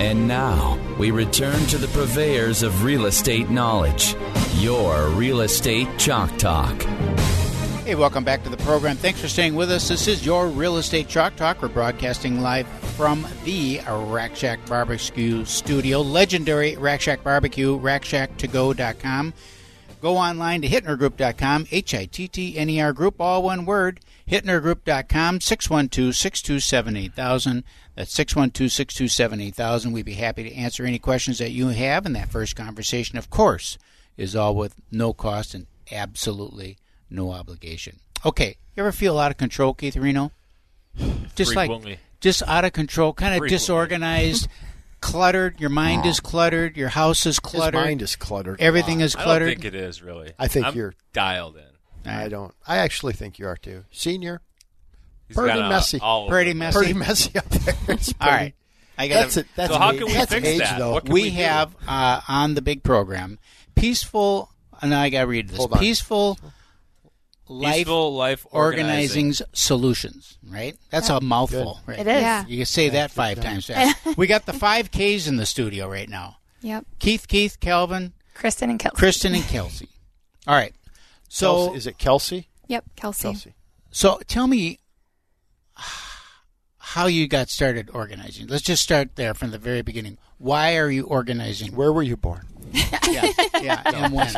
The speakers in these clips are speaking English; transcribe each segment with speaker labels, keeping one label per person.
Speaker 1: And now we return to the purveyors of real estate knowledge, your real estate chalk talk.
Speaker 2: Hey, welcome back to the program. Thanks for staying with us. This is your Real Estate Chalk Talk. We're broadcasting live from the Rack Shack Barbecue Studio, legendary Rack Shack Barbecue, rackshacktogo.com. Go online to hitnergroup.com, H I T T N E R group, all one word, hitnergroup.com, 612 627 8000. That's 612 627 8000. We'd be happy to answer any questions that you have. And that first conversation, of course, is all with no cost and absolutely no obligation. Okay, you ever feel out of control, Keith Reno? Just like
Speaker 3: Frequently.
Speaker 2: just out of control, kind of
Speaker 3: Frequently.
Speaker 2: disorganized, cluttered. Your mind is cluttered. Your house is
Speaker 4: His
Speaker 2: cluttered.
Speaker 4: mind is cluttered.
Speaker 2: Everything is
Speaker 3: I don't
Speaker 2: cluttered.
Speaker 3: think it is really.
Speaker 4: I think
Speaker 3: I'm
Speaker 4: you're-
Speaker 3: dialed in.
Speaker 4: I don't. I actually think you are too, senior.
Speaker 3: He's
Speaker 4: Pretty
Speaker 3: got a-
Speaker 4: messy.
Speaker 3: all over
Speaker 2: Pretty
Speaker 3: the-
Speaker 2: messy.
Speaker 4: Pretty messy up there. It's
Speaker 2: All
Speaker 4: pretty-
Speaker 2: right, I got
Speaker 4: That's it. That's
Speaker 3: So how
Speaker 4: age-
Speaker 3: can we
Speaker 4: that's
Speaker 3: fix
Speaker 4: age,
Speaker 3: that?
Speaker 4: Though.
Speaker 3: What can
Speaker 2: we
Speaker 3: we do?
Speaker 2: have uh, on the big program peaceful. And I got to read this
Speaker 4: Hold on.
Speaker 2: peaceful life
Speaker 3: Peaceful life organizing.
Speaker 2: organizing solutions. Right, that's a mouthful. Right?
Speaker 5: It is.
Speaker 6: Yeah.
Speaker 2: You can say that five times fast. we got the five Ks in the studio right now.
Speaker 6: Yep.
Speaker 2: Keith, Keith, Calvin,
Speaker 5: Kristen and Kelsey.
Speaker 2: Kristen, and Kelsey. All right. So,
Speaker 4: Kelsey, is it Kelsey?
Speaker 6: Yep. Kelsey.
Speaker 4: Kelsey.
Speaker 2: so tell me how you got started organizing. Let's just start there from the very beginning. Why are you organizing?
Speaker 4: Where were you born?
Speaker 2: yeah, yeah, and when?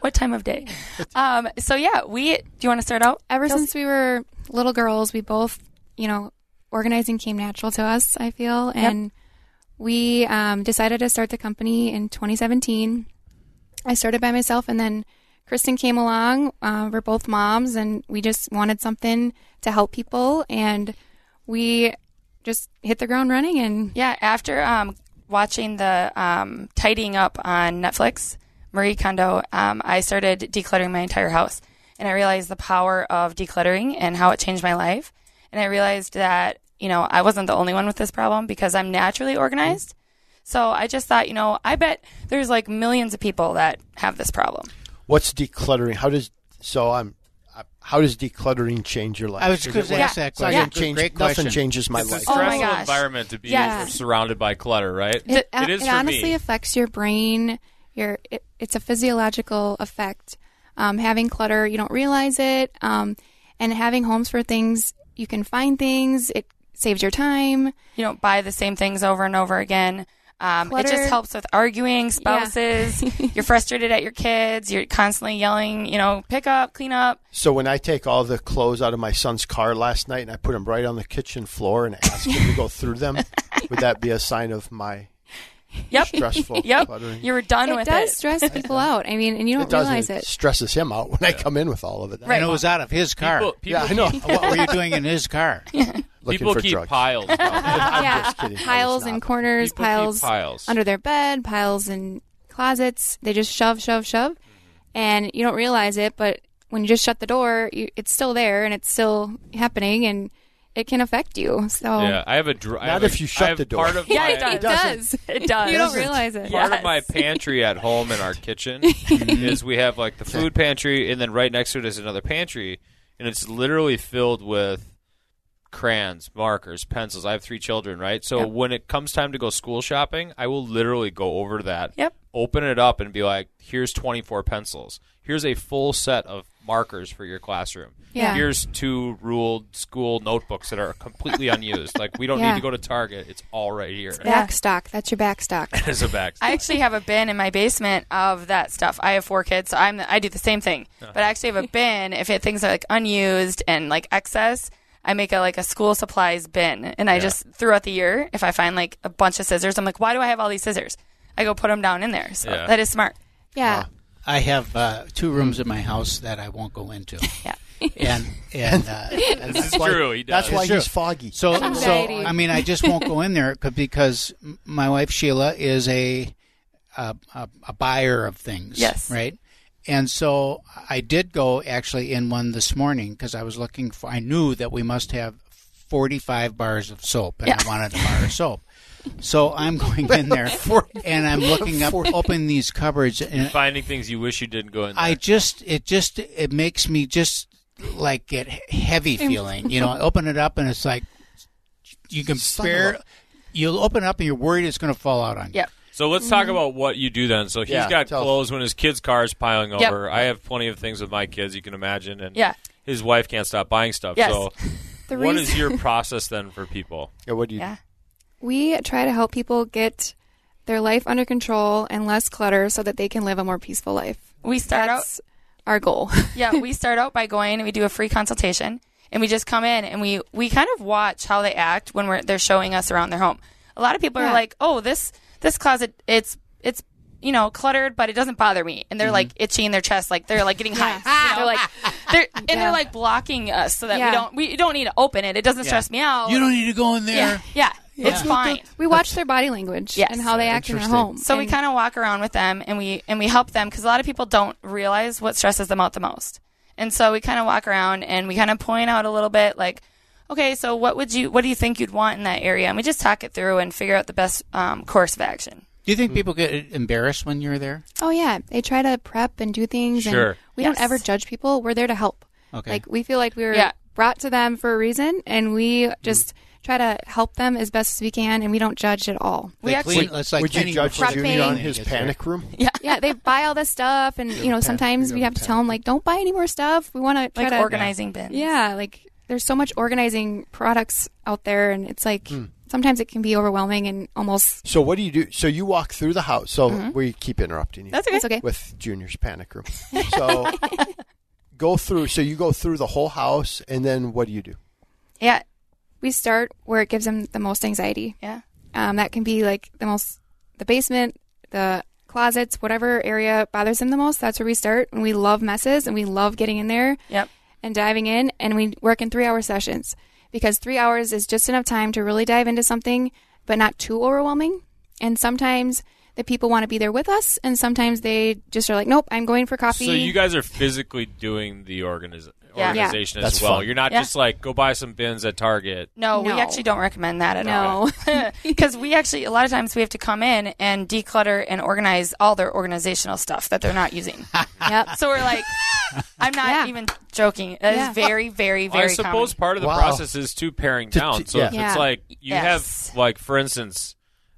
Speaker 5: what time of day? Um, so yeah, we. Do you want to start out?
Speaker 6: Ever since we were little girls, we both, you know, organizing came natural to us, I feel. And we um, decided to start the company in 2017. I started by myself and then Kristen came along. Uh, we're both moms and we just wanted something to help people. And we just hit the ground running and
Speaker 5: Yeah, after um, watching the um, tidying up on Netflix, Marie Kondo, um, I started decluttering my entire house, and I realized the power of decluttering and how it changed my life. And I realized that you know I wasn't the only one with this problem because I'm naturally organized. So I just thought, you know, I bet there's like millions of people that have this problem.
Speaker 4: What's decluttering? How does so I'm. I- How does decluttering change your life?
Speaker 2: I was
Speaker 4: Is
Speaker 2: just
Speaker 4: it
Speaker 2: going to
Speaker 4: what-
Speaker 2: ask that
Speaker 4: it's not
Speaker 2: question.
Speaker 4: gonna change-
Speaker 2: Great
Speaker 4: nothing
Speaker 2: question.
Speaker 4: changes my
Speaker 3: It's a
Speaker 4: life.
Speaker 5: Oh my
Speaker 3: stressful
Speaker 5: gosh.
Speaker 3: environment to be
Speaker 6: Yeah.
Speaker 3: surrounded by clutter, right?
Speaker 6: It,
Speaker 3: it is
Speaker 6: it
Speaker 3: for
Speaker 6: honestly
Speaker 3: me.
Speaker 6: affects your brain. Your it, it's a physiological effect. Um, having clutter, you don't realize it, um, and having homes for things you can find things. It saves your time.
Speaker 5: You don't buy the same things over and over again. Um, it
Speaker 6: Clutter.
Speaker 5: just helps with arguing, spouses. you're frustrated at your kids. You're constantly yelling, you know, pick up, clean up.
Speaker 4: So when I take all the clothes out of my son's car last night and I put them right on the kitchen floor and ask him to go through them, would that be a sign of my
Speaker 5: Yep.
Speaker 4: stressful
Speaker 5: Yep.
Speaker 4: cluttering?
Speaker 5: You were done
Speaker 6: It
Speaker 5: with
Speaker 6: does
Speaker 5: it.
Speaker 6: stress people out. I mean, and you don't
Speaker 4: it doesn't
Speaker 6: realize it.
Speaker 4: stresses him out when I come in with all of it.
Speaker 5: Right.
Speaker 2: And it was out of his car.
Speaker 3: People, people,
Speaker 4: Yeah, I know.
Speaker 2: what were you doing in his car?
Speaker 4: Looking
Speaker 3: people
Speaker 4: for
Speaker 3: keep
Speaker 4: drugs.
Speaker 3: piles. though.
Speaker 6: yeah,
Speaker 4: just kidding. I was
Speaker 6: piles
Speaker 4: not.
Speaker 6: in corners,
Speaker 3: People keep
Speaker 6: piles,
Speaker 3: piles.
Speaker 6: under their bed, piles in closets. They just shove, shove,
Speaker 3: Mm-hmm.
Speaker 6: shove, and you don't realize it. But when you just shut the door, you, it's still there and it's still happening, and it can affect you. So
Speaker 3: Yeah, I have a. Dr- I
Speaker 4: Not
Speaker 3: have a-
Speaker 4: if you shut
Speaker 3: I have
Speaker 4: the door.
Speaker 3: Part of
Speaker 5: Yeah,
Speaker 3: my,
Speaker 5: it does.
Speaker 6: it does.
Speaker 5: It does.
Speaker 6: You don't realize it.
Speaker 5: Yeah.
Speaker 3: Part of my
Speaker 5: Yes.
Speaker 3: pantry at home in our kitchen is we have like the food pantry, and then right next to it is another pantry, and it's literally filled with crayons, markers, pencils. I have three children, right? So when it comes time to go school shopping, I will literally go over to that,
Speaker 5: Yep.
Speaker 3: open it up, and be like, "Here's 24 pencils. Here's a full set of markers for your classroom.
Speaker 6: Yeah.
Speaker 3: Here's two ruled school notebooks that are completely unused. Like we don't
Speaker 6: Yeah.
Speaker 3: need to go to Target. It's all right here."
Speaker 6: Back stock. That's your back stock.
Speaker 3: As a back.
Speaker 5: I actually have a bin in my basement of that stuff. I have four kids, so I'm the, I do the same thing.
Speaker 4: Uh-huh.
Speaker 5: But I actually have a bin if it, things are like unused and like excess. I make a like a school supplies bin, and I just throughout the year, if I find like a bunch of scissors, I'm like, why do I have all these scissors? I go put them down in there. So
Speaker 3: Yeah.
Speaker 5: that is smart.
Speaker 6: Yeah.
Speaker 2: I have uh, two rooms in my house that I won't go into.
Speaker 5: Yeah.
Speaker 2: and and, uh, and
Speaker 3: This is true. He does.
Speaker 4: That's why
Speaker 2: It's true.
Speaker 4: he's foggy.
Speaker 2: So, so
Speaker 6: Anxiety.
Speaker 2: I mean, I just won't go in there c- because m- my wife Sheila is a a, a, a buyer of things.
Speaker 5: Yes.
Speaker 2: Right. And so I did go actually in one this morning because I was looking for. I knew that we must have forty-five bars of soap, and I wanted a bar of soap. So I'm going in there, and I'm looking up, opening these cupboards, and
Speaker 3: Finding things you wish you didn't go in there.
Speaker 2: I just it just it makes me just like get he- heavy feeling. You know, I open it up and it's like you can
Speaker 4: Son of a-
Speaker 2: spare. You'll open it up and you're worried it's going to fall out on you.
Speaker 5: Yep.
Speaker 3: So let's talk about what you do then. So he's
Speaker 4: Mm-hmm. Yeah,
Speaker 3: got
Speaker 4: tell us.
Speaker 3: clothes when his kids' car is piling
Speaker 5: Yep.
Speaker 3: over. I have plenty of things with my kids, you can imagine, and
Speaker 5: Yeah.
Speaker 3: his wife can't stop buying stuff.
Speaker 5: Yes.
Speaker 3: So
Speaker 6: The
Speaker 3: what
Speaker 6: reason-
Speaker 3: is your process then for people?
Speaker 4: Yeah, what do you?
Speaker 5: Yeah.
Speaker 6: We try to help people get their life under control and less clutter so that they can live a more peaceful life.
Speaker 5: We start out
Speaker 6: That's our goal.
Speaker 5: yeah, we start out by going and we do a free consultation and we just come in and we we kind of watch how they act when we're they're showing us around their home. A lot of people are
Speaker 6: Yeah.
Speaker 5: like, "Oh, this this closet it's it's you know, cluttered, but it doesn't bother me. And they're like itchy in their chest, like they're like getting high. They're like, they're and
Speaker 6: Yeah.
Speaker 5: they're like blocking us so that
Speaker 6: Yeah.
Speaker 5: we don't we don't need to open it. It doesn't stress me out.
Speaker 2: You don't need to go in
Speaker 5: yeah,
Speaker 2: there.
Speaker 5: yeah, it's fine.
Speaker 6: We watch their body language
Speaker 5: Yes.
Speaker 6: and how they act in their
Speaker 4: Interesting.
Speaker 6: home.
Speaker 5: So we
Speaker 6: And
Speaker 5: kind of walk around with them and we and we help them because a lot of people don't realize what stresses them out the most. And so we kind of walk around and we kind of point out a little bit like, okay, so what would you what do you think you'd want in that area? And we just talk it through and figure out the best um, course of action.
Speaker 2: Do you think
Speaker 3: Hmm.
Speaker 2: people get embarrassed when you're there?
Speaker 6: Oh yeah, they try to prep and do things.
Speaker 3: Sure.
Speaker 6: And we
Speaker 5: Yes.
Speaker 6: don't ever judge people. We're there to help.
Speaker 2: Okay.
Speaker 6: Like we feel like we were
Speaker 5: Yeah.
Speaker 6: brought to them for a reason, and we just try to help them as best as we can, and we don't judge at all.
Speaker 5: We
Speaker 2: They
Speaker 5: actually-
Speaker 2: clean- it's like
Speaker 4: would you
Speaker 2: cleaning
Speaker 4: judge
Speaker 2: before
Speaker 6: Prepping.
Speaker 4: Judy on
Speaker 2: you
Speaker 4: his
Speaker 2: get there.
Speaker 4: panic room?
Speaker 6: yeah, they buy all this stuff, and you know sometimes we have to tell them like, don't buy any more stuff. We want to try
Speaker 5: Like
Speaker 6: to
Speaker 5: organizing bins.
Speaker 6: Yeah, like there's so much organizing products out there, and it's like sometimes it can be overwhelming and almost
Speaker 4: So what do you do? So you walk through the house. So we keep interrupting you
Speaker 5: Mm-hmm. That's okay.
Speaker 6: it's okay.
Speaker 4: with Junior's panic room. So go through. So you go through the whole house, and then what do you do?
Speaker 5: Yeah,
Speaker 6: We start where it gives them the most anxiety.
Speaker 5: yeah,
Speaker 6: Um, that can be like the most, the basement, the closets, whatever area bothers them the most. That's where we start. And we love messes and we love getting in there
Speaker 5: yep,
Speaker 6: and diving in. And we work in three hour sessions because three hours is just enough time to really dive into something, but not too overwhelming. And sometimes the people want to be there with us, and sometimes they just are like, nope, I'm going for coffee.
Speaker 3: So you guys are physically doing the organiz-
Speaker 5: Yeah.
Speaker 3: organization as
Speaker 4: That's
Speaker 3: well.
Speaker 4: fun.
Speaker 3: You're not
Speaker 5: Yeah.
Speaker 3: just like go buy some bins at Target.
Speaker 5: No, we
Speaker 6: No.
Speaker 5: actually don't recommend that at
Speaker 6: No.
Speaker 5: all. Because we actually, a lot of times, we have to come in and declutter and organize all their organizational stuff that they're not using.
Speaker 6: yep.
Speaker 5: So we're like, I'm not
Speaker 6: Yeah.
Speaker 5: even joking. That is
Speaker 6: Yeah.
Speaker 5: very, very,
Speaker 3: Well, I
Speaker 5: very
Speaker 3: suppose
Speaker 5: common.
Speaker 3: part of the
Speaker 4: Wow.
Speaker 3: process is too paring
Speaker 4: To-
Speaker 3: down.
Speaker 4: to-
Speaker 3: so if
Speaker 4: yeah.
Speaker 3: it's
Speaker 6: Yeah.
Speaker 3: like you
Speaker 5: Yes.
Speaker 3: have like for instance,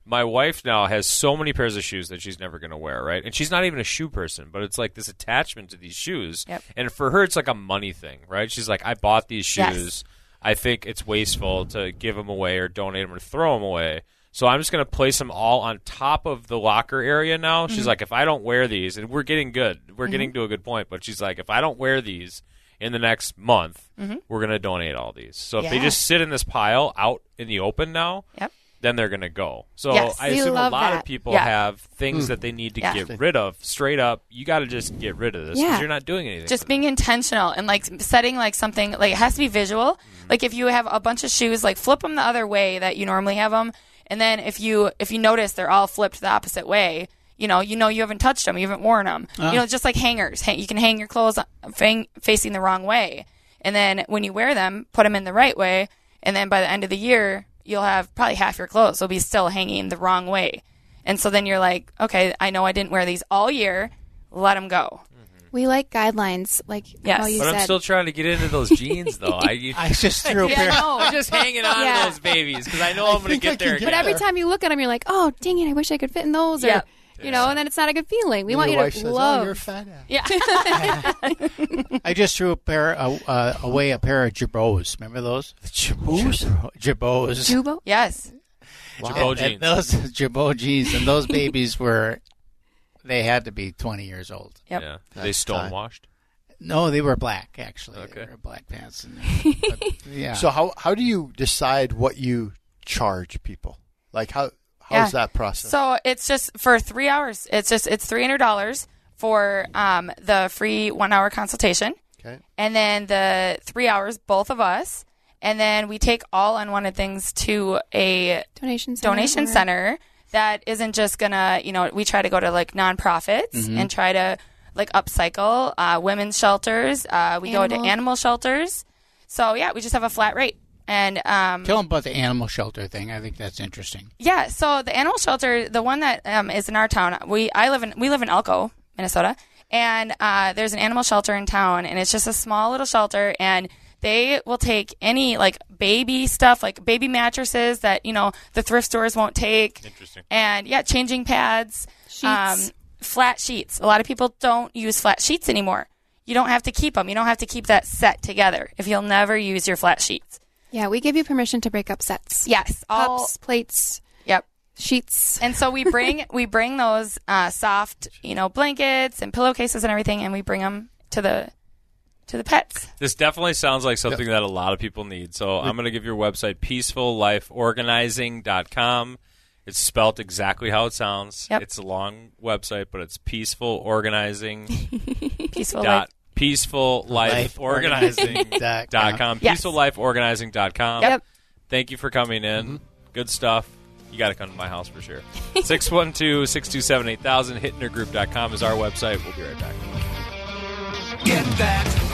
Speaker 3: my wife now has so many pairs of shoes that she's never going to wear, right? And she's not even a shoe person, but it's like this attachment to these shoes.
Speaker 5: Yep.
Speaker 3: And for her, it's like a money thing, right? She's like, I bought these
Speaker 5: Yes.
Speaker 3: shoes. I think it's wasteful to give them away or donate them or throw them away. So I'm just going to place them all on top of the locker area now. She's like, if I don't wear these, and we're getting good, we're getting to a good point, but she's like, if I don't wear these in the next month, we're going to donate all these. So if they
Speaker 5: Yeah.
Speaker 3: just sit in this pile out in the open now,
Speaker 5: Yep.
Speaker 3: then they're going to go. So
Speaker 5: Yes.
Speaker 3: I
Speaker 6: We
Speaker 3: assume a
Speaker 6: love
Speaker 3: lot of
Speaker 6: that.
Speaker 3: people
Speaker 5: Yeah.
Speaker 3: have things that they need to
Speaker 5: Yeah.
Speaker 3: get rid of straight up. You got to just get rid of this because
Speaker 6: Yeah.
Speaker 3: you're not doing anything.
Speaker 5: Just
Speaker 3: with it.
Speaker 5: being intentional and like setting like something like it has to be visual. Like if you have a bunch of shoes, like flip them the other way that you normally have them, and then if you if you notice they're all flipped the opposite way, you know you know you haven't touched them, you haven't worn them. You know, just like hangers, Hang- you can hang your clothes fang- facing the wrong way, and then when you wear them, put them in the right way, and then by the end of the year, you'll have probably half your clothes will be still hanging the wrong way, and so then you're like, okay, I know I didn't wear these all year, let them go.
Speaker 6: We like guidelines, like
Speaker 5: Yes.
Speaker 6: how you
Speaker 3: but
Speaker 6: said.
Speaker 3: I'm still trying to get into those jeans though. I,
Speaker 2: I just threw a pair.
Speaker 3: am just hanging on
Speaker 6: Yeah.
Speaker 3: to those babies because I know I am going to
Speaker 4: think I
Speaker 3: get there.
Speaker 4: can
Speaker 3: again.
Speaker 6: but every time you look at them, you're like, oh, dang it, I wish I could fit in those, or
Speaker 5: Yep.
Speaker 6: you know, and then it's not a good feeling. We want
Speaker 4: Your
Speaker 6: you
Speaker 4: wife
Speaker 6: to
Speaker 4: says, "Oh,
Speaker 6: love.
Speaker 4: you're a fat ass."
Speaker 2: I just threw a pair a, uh, away a pair of jabots. Remember those? Jabots. Jabots.
Speaker 6: Jubo.
Speaker 5: Yes.
Speaker 3: Jabot
Speaker 2: And- and
Speaker 3: jeans.
Speaker 2: Those Jabot jeans and those babies were, they had to be 20 years old.
Speaker 5: Yep.
Speaker 3: Yeah, they stonewashed.
Speaker 2: No, they were black actually.
Speaker 3: Okay.
Speaker 2: They were black pants. And, but, yeah.
Speaker 4: So how how do you decide what you charge people? Like how
Speaker 5: Yeah.
Speaker 4: how's that process?
Speaker 5: So it's just for three hours. It's just it's three hundred dollars for um, the free one hour consultation.
Speaker 4: Okay.
Speaker 5: and then the three hours, both of us, and then we take all unwanted things to a
Speaker 6: Donation center.
Speaker 5: donation
Speaker 6: or-
Speaker 5: center that isn't just gonna, you know, we try to go to like nonprofits
Speaker 4: Mm-hmm.
Speaker 5: and try to like upcycle uh, women's shelters. Uh, we go to
Speaker 6: Animal.
Speaker 5: animal shelters. So yeah, we just have a flat rate. And um,
Speaker 2: Tell them about the animal shelter thing. I think that's interesting.
Speaker 5: yeah, so the animal shelter, the one that um, is in our town, we I live in we live in Elko, Minnesota, and uh, there's an animal shelter in town, and it's just a small little shelter, and they will take any like baby stuff, like baby mattresses that you know the thrift stores won't take. Interesting. And yeah, changing pads, um,
Speaker 6: Sheets.
Speaker 5: flat sheets. A lot of people don't use flat sheets anymore. You don't have to keep them. You don't have to keep that set together if you'll never use your flat sheets.
Speaker 6: Yeah, we give you permission to break up sets.
Speaker 5: Yes, all
Speaker 6: Cups, plates,
Speaker 5: yep.
Speaker 6: sheets.
Speaker 5: And so we bring we bring those uh, soft, you know, blankets and pillowcases and everything, and we bring them to the to the pets.
Speaker 3: This definitely sounds like something that a lot of people need. So I'm going to give your website peacefulifeorganizing.com. It's spelt exactly how it sounds.
Speaker 5: Yep.
Speaker 3: It's a long website, but it's peacefulorganizing
Speaker 5: Peaceful
Speaker 3: dot
Speaker 5: life.
Speaker 3: peacefulifeorganizing
Speaker 4: That-
Speaker 3: dot com.
Speaker 5: Yes.
Speaker 3: Peacefulifeorganizing dot com.
Speaker 5: Yep.
Speaker 3: Thank you for coming in. Good stuff. You got to come to my house for sure. 612 627 8000. Hittnergroup.com is our website. We'll be right back.
Speaker 7: Get that